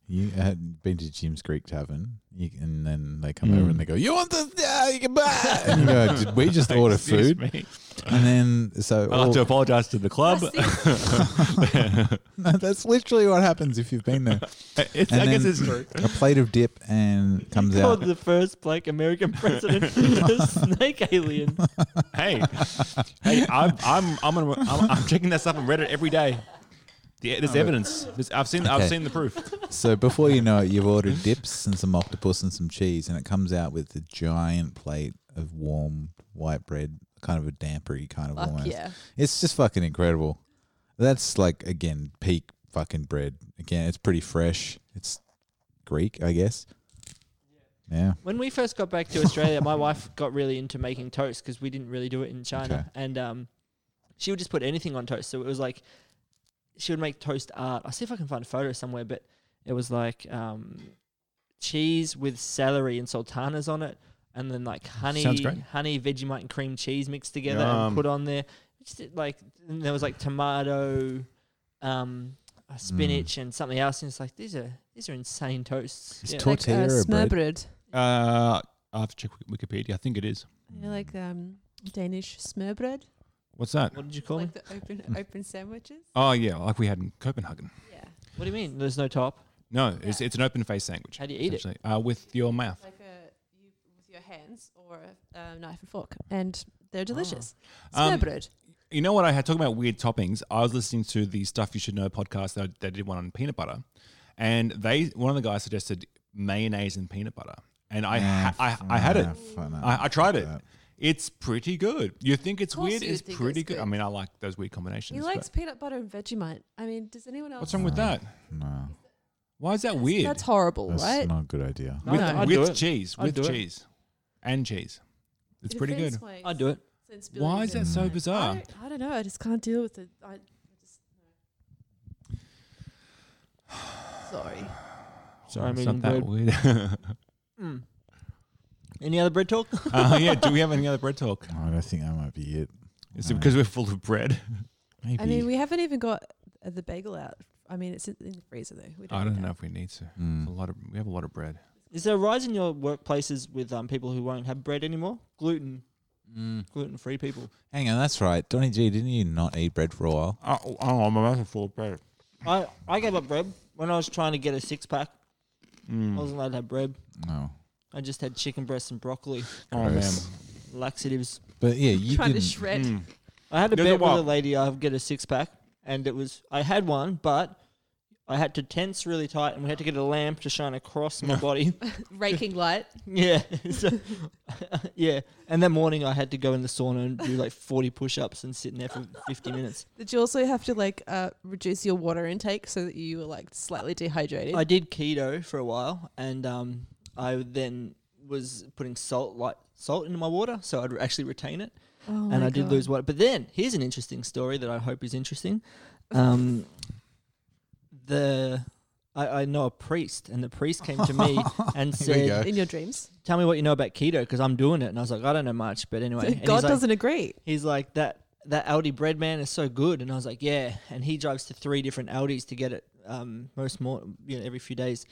S8: You had been to Jim's Creek Tavern, you, and then they come over
S9: Mm.
S8: and they go, "You want this? Yeah, you can buy." it." And you go, "Did we just order
S9: Excuse
S8: food?"
S9: me.
S8: And then so
S9: I'd like
S8: all-
S9: to apologize to the club.
S12: That's
S8: No, that's literally what happens if you've been there.
S9: It's-
S8: And
S9: I guess
S8: then
S9: it's true.
S8: A plate of dip and comes
S1: Called
S8: out.
S1: the first black American president a snake alien.
S9: Hey, hey, I'm I'm I'm, gonna, I'm I'm checking that stuff on Reddit every day. Yeah, there's evidence. There's, I've seen I've
S8: Okay.
S9: seen the proof.
S8: So before you know it, you've ordered dips and some octopus and some cheese, and it comes out with a giant plate of warm white bread, kind of a dampery kind of
S12: Fuck
S8: almost.
S12: yeah.
S8: It's just fucking incredible. That's like again peak fucking bread. Again, it's pretty fresh. It's Greek, I guess. Yeah.
S1: When we first got back to Australia, my wife got really into making toast because we didn't really do it in China,
S8: Okay.
S1: and um, she would just put anything on toast. So it was like she would make toast art. I'll see if I can find a photo somewhere, but it was like um, cheese with celery and sultanas on it, and then like honey,
S9: Sounds great.
S1: honey, Vegemite, and cream cheese mixed together
S9: Yum.
S1: and put on there. Just did, like and there was like tomato, um,
S9: Mm.
S1: uh, spinach, and something else. And it's like these are these are insane toasts.
S8: It's
S1: Yeah.
S8: tor- Tortilla
S12: like, uh, smør
S8: bread.
S12: bread.
S9: Uh, I have to check Wik- Wikipedia. I think it is.
S12: Yeah,
S8: Mm.
S12: like um, Danish smørbrød,
S9: What's that?
S1: what did you call me?
S12: like the open open sandwiches.
S9: Oh yeah, like we had in Copenhagen.
S12: Yeah,
S1: What do you mean? There's no top.
S9: No, it's, it's an open face sandwich.
S1: How do you eat it?
S9: essentially. Uh, with your mouth.
S12: like a you, with your hands or a uh, knife and fork, and they're delicious.
S9: Ah. Um,
S12: Smørbrød.
S9: You know what I had talking about weird toppings. I was listening to the Stuff You Should Know podcast. They, they did one on peanut butter, and they one of the guys suggested mayonnaise and peanut butter, and I ha- I, I had it. I, I tried it. It's pretty good. You think it's
S12: course
S9: weird?
S12: you would
S9: It's
S12: think
S9: pretty
S12: it's
S9: good. I
S12: good.
S9: mean, I like those weird combinations.
S12: he
S9: but-
S12: likes peanut butter and Vegemite. I mean, does anyone else?
S9: What's wrong with that?
S8: No,
S9: Why is that weird?
S12: That's horrible,
S8: that's
S12: right?
S8: not a good idea.
S1: No,
S9: with
S1: no, I'd do
S9: with
S1: it.
S9: cheese,
S1: I'd
S9: with
S1: do it.
S9: cheese, and cheese. It's
S12: It
S9: pretty
S12: offends
S9: good.
S12: my
S1: I'd do it.
S12: sensibilities
S9: Why is
S12: and-
S9: that so bizarre?
S12: I, I don't know. I just can't deal with it. I, I just, Sorry.
S1: Sorry, I'm
S9: it's not
S1: eating
S9: that
S1: bread.
S9: weird.
S1: Mm. Any other bread talk?
S9: uh, yeah. Do we have any other bread talk?
S8: No, I don't think that might be it.
S9: Is it because we're full of bread?
S8: Maybe.
S12: I mean, we haven't even got uh, the bagel out. I mean, it's in in the freezer though. We don't
S9: I don't
S12: need
S9: know
S12: that.
S9: if we need to.
S8: Mm.
S9: A lot of we have a lot of bread.
S1: Is there a rise in your workplaces with um, people who won't have bread anymore? Gluten,
S8: Mm.
S1: gluten free people.
S8: Hang on, that's right. Donny G, didn't you not eat bread for a while?
S9: Oh, oh my mouth is full of bread.
S1: I, I gave up bread when I was trying to get a six pack. I
S9: Mm.
S1: wasn't allowed to have bread.
S8: No.
S1: I just had chicken breasts and broccoli,
S9: Oh
S8: Gross.
S1: laxatives.
S8: But yeah, you
S12: Trying to
S8: didn't.
S9: man.
S1: Hmm.
S12: shred.
S9: Mm.
S1: I had a
S9: There's a
S1: bet with a
S9: wild-
S1: lady I'd get a six pack, and it was I had one, but I had to tense really tight, and we had to get a lamp to shine across my body.
S12: Raking light.
S1: Yeah. So, yeah. And that morning I had to go in the sauna and do like 40 push ups and sit in there for 50 minutes.
S12: Did you also have to like uh, reduce your water intake so that you were like slightly dehydrated?
S1: I did keto for a while and um, I then was putting salt, like salt into my water so I'd actually retain it.
S12: oh
S1: and I did lose weight. But then here's an interesting story that I hope is interesting. Um, the I, I know a priest, and the priest came to me and
S12: Here we
S1: said,
S12: go. In your dreams?
S1: tell me what you know about keto because I'm doing it." And I was like, "I don't know much," but anyway,
S12: So
S1: and he's
S12: God
S1: like-
S12: doesn't agree.
S1: He's like that that Aldi bread man is so good, and I was like, "Yeah." And he drives to three different Aldis to get it um, most more you know every few days,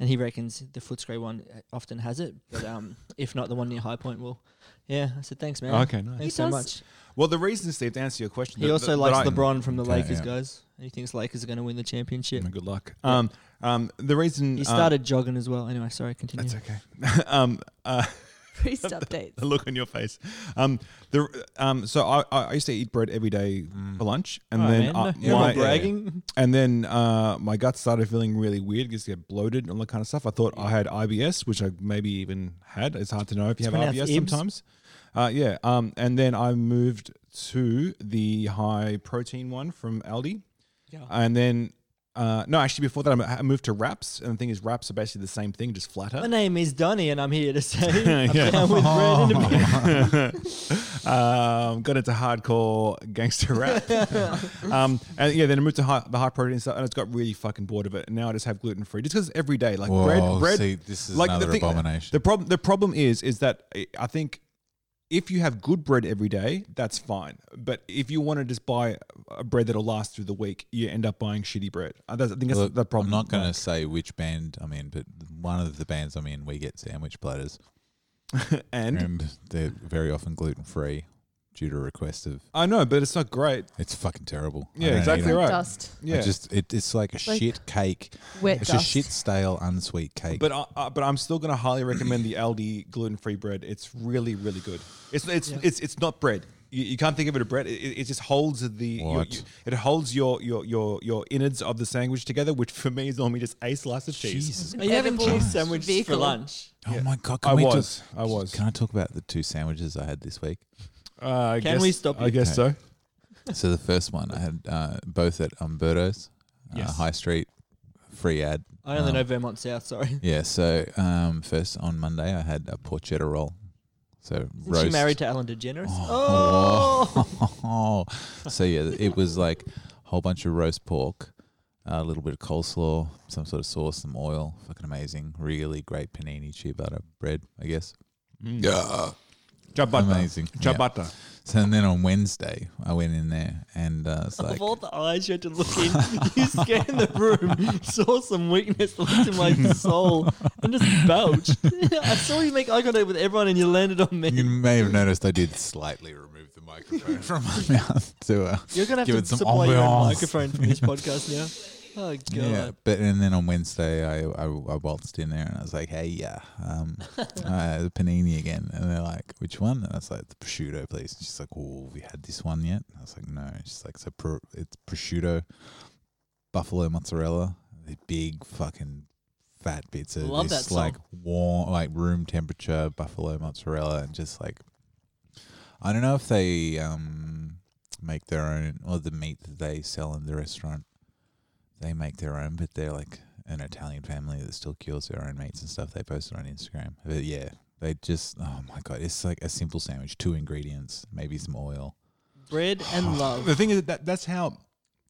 S1: and he reckons the Footscray one uh, often has it, but um, if not, the one near High Point will. Yeah, I said thanks, man.
S9: Okay, nice.
S1: Thanks so much.
S9: Well, the reason, Steve, to answer your question,
S1: He
S9: that-
S1: also
S9: that- that
S1: likes
S9: I-
S1: LeBron from the
S9: Okay,
S1: Lakers,
S9: yeah.
S1: guys. He thinks Lakers are going to win the championship.
S9: Good luck. Um, um, the reason
S1: He
S9: uh,
S1: started jogging as well. Anyway, sorry, continue. That's
S9: okay. um, uh,
S12: Priest updates.
S9: the look on your face. Um, the um, so I, I I used to eat bread every day for lunch, and
S1: Oh,
S9: then
S1: man,
S9: uh,
S1: you're not bragging.
S9: and then uh, my gut started feeling really weird, just get bloated and all that kind of stuff. I thought I had IBS, which I maybe even had. It's hard to know if you
S1: It's
S9: have IBS
S1: pronounced IBS.
S9: sometimes. Uh, yeah. Um, and then I moved to the high protein one from Aldi.
S1: Yeah.
S9: And then. Uh, no, actually, before that, I mo- I moved to wraps, and the thing is, wraps are basically the same thing, just flatter.
S1: My name is Donny, and I'm here to say I'm
S9: Yeah.
S1: down with bread and a beer.
S9: um, got into hardcore gangster rap. um, and yeah, then I moved to high, the high protein stuff, and it's got really fucking bored of it. And now I just have gluten free, just because every day, like
S8: Whoa,
S9: bread, bread.
S8: see, this is
S9: like
S8: another
S9: the thing-
S8: abomination.
S9: The problem, the problem is, is that I- I think if you have good bread every day, that's fine. But if you want to just buy a bread that'll last through the week, you end up buying shitty bread. I, that's, I think that's
S8: Look,
S9: the problem.
S8: I'm not going to say which band I'm in, but one of the bands I'm in, we get sandwich platters.
S9: And?
S8: they're very often gluten free due to request of.
S9: I know, but it's not great.
S8: It's fucking terrible. I
S9: Yeah,
S8: don't
S9: exactly
S8: eat 'em.
S9: right.
S12: Dust.
S8: I
S9: Yeah.
S8: just it, it's like a
S12: Like
S8: shit cake.
S12: wet
S8: it's
S12: dust.
S8: a shit stale unsweet cake.
S9: But I, I, but I'm still going to highly recommend the Aldi gluten-free bread. It's really really good. It's it's it's, it's not bread. You, you can't think of it as bread. It, it it just holds the your,
S8: What?
S9: you- it holds your your your your innards of the sandwich together, which for me is normally just a slice of cheese.
S8: Jesus
S1: Are you having
S12: Edible
S1: cheese sandwich for
S12: vehicle.
S1: lunch?
S8: oh my god! Can
S9: I
S8: we
S9: was I
S8: Talk,
S9: was.
S8: Can I talk about the two sandwiches I had this week?
S9: Uh, I
S1: Can
S9: guess-
S1: we stop
S9: I
S1: you?
S9: guess so.
S8: So the first one I had uh, both at Umberto's, uh,
S9: Yes.
S8: High Street, free ad.
S1: I only
S8: Um,
S1: know Vermont South. Sorry.
S8: Yeah, so um, first on Monday I had a porchetta roll. So
S1: Isn't
S8: roast.
S1: she married to Ellen DeGeneres?
S8: Oh. so yeah, it was like a whole bunch of roast pork, a little bit of coleslaw, some sort of sauce, some oil. Fucking amazing. Really great panini chia butter bread, I guess. Yeah.
S9: Ciabatta.
S8: Amazing. Yeah.
S9: Ciabatta.
S8: So and then on Wednesday I went in there and uh, it's like
S1: Of all the eyes you had to look in, you scanned the room, saw some weakness, looked in my soul, and just belched. I saw you make eye contact with everyone, and you landed on me.
S8: you may have noticed I did slightly remove the microphone from my mouth to uh,
S1: You're gonna have
S8: give
S1: to
S8: it some
S1: supply your own
S8: ambiance.
S1: microphone for this podcast now. Oh god.
S8: Yeah, but and then on Wednesday I, I, I waltzed in there and I was like, hey, yeah, um, uh, the panini again, and they're like, which one? And I was like, the prosciutto, please. And she's like, oh, we had this one yet? And I was like, no. And she's like, so pro- it's prosciutto, buffalo mozzarella, the big fucking fat bits of
S1: Love
S8: this
S1: that
S8: like
S1: song.
S8: warm, like room temperature buffalo mozzarella, and just like I don't know if they um make their own or the meat that they sell in the restaurant they make their own, but they're like an Italian family that still cures their own meats and stuff. They post it on Instagram. But yeah, they just oh my god, it's like a simple sandwich, two ingredients, maybe some oil.
S1: Bread and
S9: The
S1: love.
S9: thing is that that's how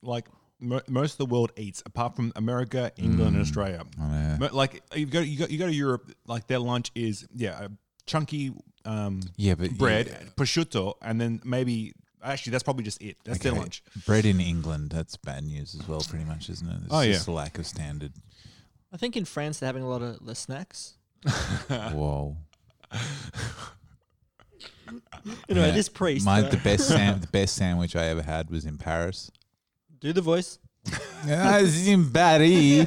S9: like mo- most of the world eats, apart from America, England, and Australia.
S8: Mm. yeah.
S9: Mo- Like you go you go you go to Europe, like their lunch is yeah a chunky um,
S8: Yeah, but you-
S9: bread, prosciutto, and then maybe actually that's probably just it. That's their
S8: Okay,
S9: lunch.
S8: Bread in England, that's bad news as well, pretty much, isn't it? It's
S9: Oh, yeah.
S8: just a lack of standard.
S1: I think in France they're having a lot of the snacks. Uh,
S8: Whoa.
S1: Anyway,
S8: Yeah.
S1: this priest.
S8: My,
S1: uh,
S8: the best sam- the best sandwich I ever had was in Paris.
S1: do the voice.
S8: I was in Paris.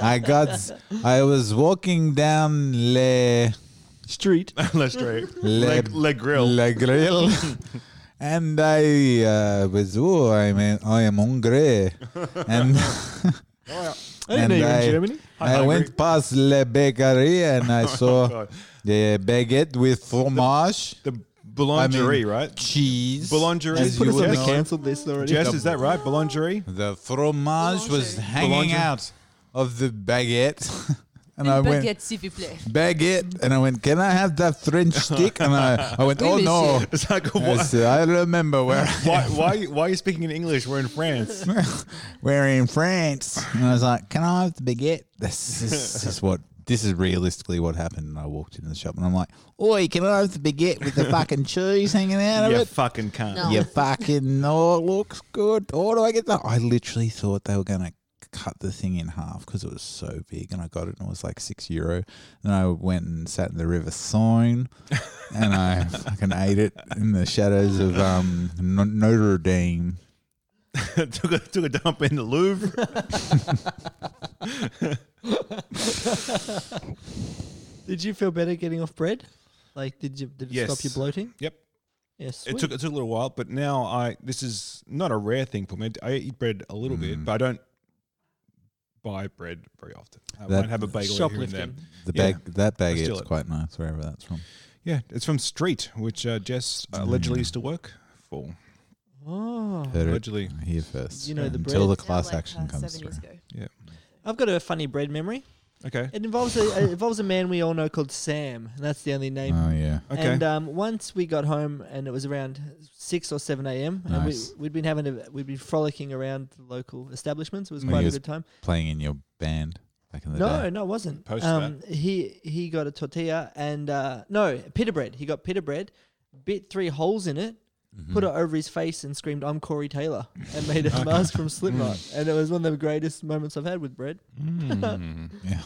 S8: I got. I was walking down Le
S1: Street.
S9: Let's try it.
S8: Le,
S9: Le Grill.
S8: Le Grill. and I uh, was. Oh, I'm. in- I am hungry. And.
S9: Oh,
S1: I didn't know you were in Germany.
S8: I went past Le Bakery and I saw
S9: Oh, God.
S8: the baguette with fromage.
S9: The boulangerie, right?
S8: Cheese.
S9: Boulangerie.
S8: as
S9: Put
S8: you
S9: us on
S8: would
S9: the
S8: know it.
S9: can.
S1: Cancelled this already.
S9: Jess, is that right? Boulangerie.
S8: The fromage was hanging
S9: Boulangerie.
S8: out of the baguette. and
S12: Une
S8: I went
S12: baguette, s'il vous plaît.
S8: baguette, and I went, "Can I have that French stick?" And I, I went,
S12: Oui,
S8: "Oh no!"
S12: monsieur.
S9: It's like,
S8: I,
S9: why-
S8: said, "I remember where
S9: why, why, why are you speaking in English? We're in France.
S8: we're in France." And I was like, "Can I have the baguette?" This is, this is what this is realistically what happened. And I walked into the shop, and I'm like, "Oi, can I have the baguette with the fucking cheese hanging out of
S9: you
S8: it?"
S9: fucking can't.
S8: You fucking know it looks good. Oh, do I get that? I literally thought they were going to cut the thing in half because it was so big and I got it and it was like six euro. Then I went and sat in the River Seine and I fucking ate it in the shadows of um, N- Notre Dame.
S9: took, a, took a dump in the Louvre.
S1: Did you feel better getting off bread? Like, did you did it stop you bloating?
S9: Yep.
S1: Yes.
S9: It took it took a little while, but now I this is not a rare thing for me. I eat bread a little
S8: Mm.
S9: bit, but I don't buy bread very often. I
S8: That-
S9: might have a bagel here and there.
S1: Shoplifting.
S8: The
S9: Yeah.
S8: bag that bag
S9: Let's do
S8: is
S9: it.
S8: quite nice wherever that's from.
S9: Yeah, it's from Street, which uh, Jess allegedly used to work for.
S1: Oh.
S8: Heard it
S9: Allegedly.
S8: here first.
S1: You know the
S8: until
S1: bread.
S8: the class
S12: Like, uh,
S8: action comes
S12: seven
S8: through.
S12: years ago.
S9: Yeah.
S1: I've got a funny bread memory.
S9: Okay.
S1: It involves a it involves a man we all know called Sam, and that's the only name.
S8: Oh yeah.
S9: Okay.
S1: And um, once we got home, and it was around six or seven a.m. and
S8: Nice.
S1: we, we'd been having a, we'd been frolicking around the local establishments. It was
S8: Mm.
S1: quite
S8: He
S1: a
S8: was
S1: good time.
S8: Playing in your band back in the
S1: No,
S8: day.
S1: no, it wasn't.
S9: Post
S1: um, he he got a tortilla and uh, no pita bread. He got pita bread, bit three holes in it,
S8: Mm-hmm.
S1: put
S8: Mm.
S1: it over his face, and screamed, "I'm Corey Taylor," and made a mask from Slipknot.
S8: Mm.
S1: And it was one of the greatest moments I've had with bread.
S8: Yeah.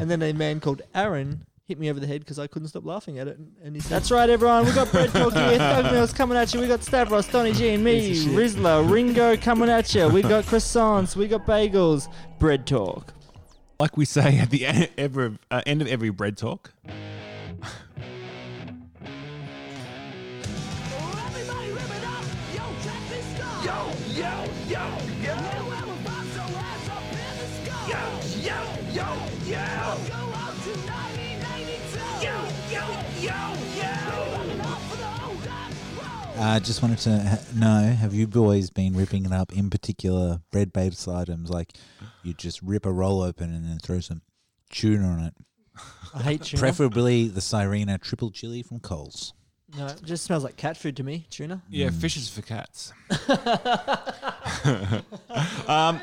S1: And then a man called Aaron hit me over the head because I couldn't stop laughing at it. And he said, That's right, everyone. we got Bread Talk here. Thug Mills coming at you. we got Stavros, Donny G, and me, Rizzler, Ringo coming at you. we got croissants. we got bagels. Bread Talk.
S9: Like we say at the e- ever, uh, end of every bread talk.
S8: I just wanted to ha- know: Have you boys been ripping it up in particular bread-based items? Like you just rip a roll open and then throw some tuna on it,
S1: I hate tuna.
S8: preferably the Sirena triple chili from Coles.
S1: no, it just smells like cat food to me, tuna.
S9: Yeah, fishes for cats. um,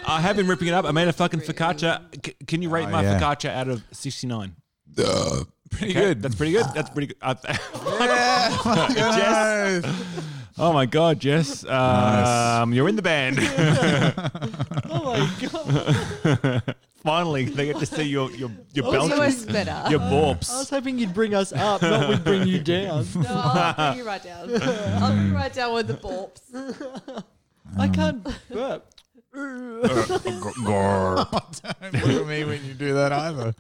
S9: I have been ripping it up. I made a fucking focaccia. C- can you rate
S8: Oh,
S9: my
S8: yeah.
S9: focaccia out of 69?
S8: pretty
S9: Okay, That's pretty good. That's pretty good. I th- Jess. Oh my God, Jess. Um, You're in the band.
S1: Oh my God.
S9: Finally, they get to see your your
S12: It
S9: your
S12: was
S9: belches,
S12: always better.
S9: your
S1: I was
S9: borps.
S1: hoping you'd bring us up, not we'd bring you down.
S12: No, I'll bring you right down. I'll bring you right down with the bulbs.
S1: I
S8: Um,
S1: can't burp.
S8: Don't look at me when you do that either.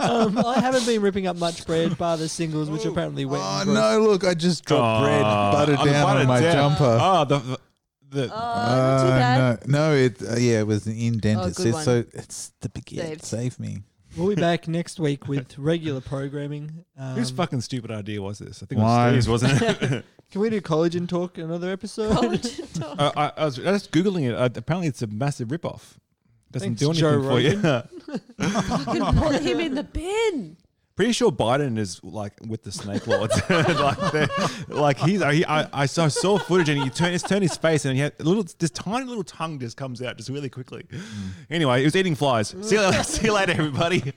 S1: Um, I haven't been ripping up much bread, bar the singles, which are apparently wet.
S8: Oh
S1: and gross.
S8: no! Look, I just dropped bread
S9: Oh,
S8: butter
S9: oh, the
S8: down
S9: butter
S8: on my
S9: down.
S8: jumper.
S9: Oh, the the, the
S12: Oh, not too bad.
S8: Uh, no, no, it uh, yeah, it was indented.
S12: Oh,
S8: so,
S12: good
S8: it's
S12: one.
S8: so it's the baguette.
S12: Saved.
S8: Save me.
S1: We'll be back next week with regular programming. Um,
S9: whose fucking stupid idea was this? I think it
S8: Why?
S9: was Steve's, wasn't it?
S1: Can we do collagen talk another episode?
S9: Uh, I, I was just googling it. Uh, apparently, it's a massive ripoff. Doesn't
S1: Thanks,
S9: do anything
S1: Joe
S9: for you.
S12: You can put him in the bin.
S9: Pretty sure Biden is like with the snake lords. like, they're- like he's he, I, I saw saw footage and he turned his turned his face and he had a little this tiny little
S8: Mm.
S9: tongue just comes out just really quickly. Anyway, he was eating flies. See you, later- see you later, everybody.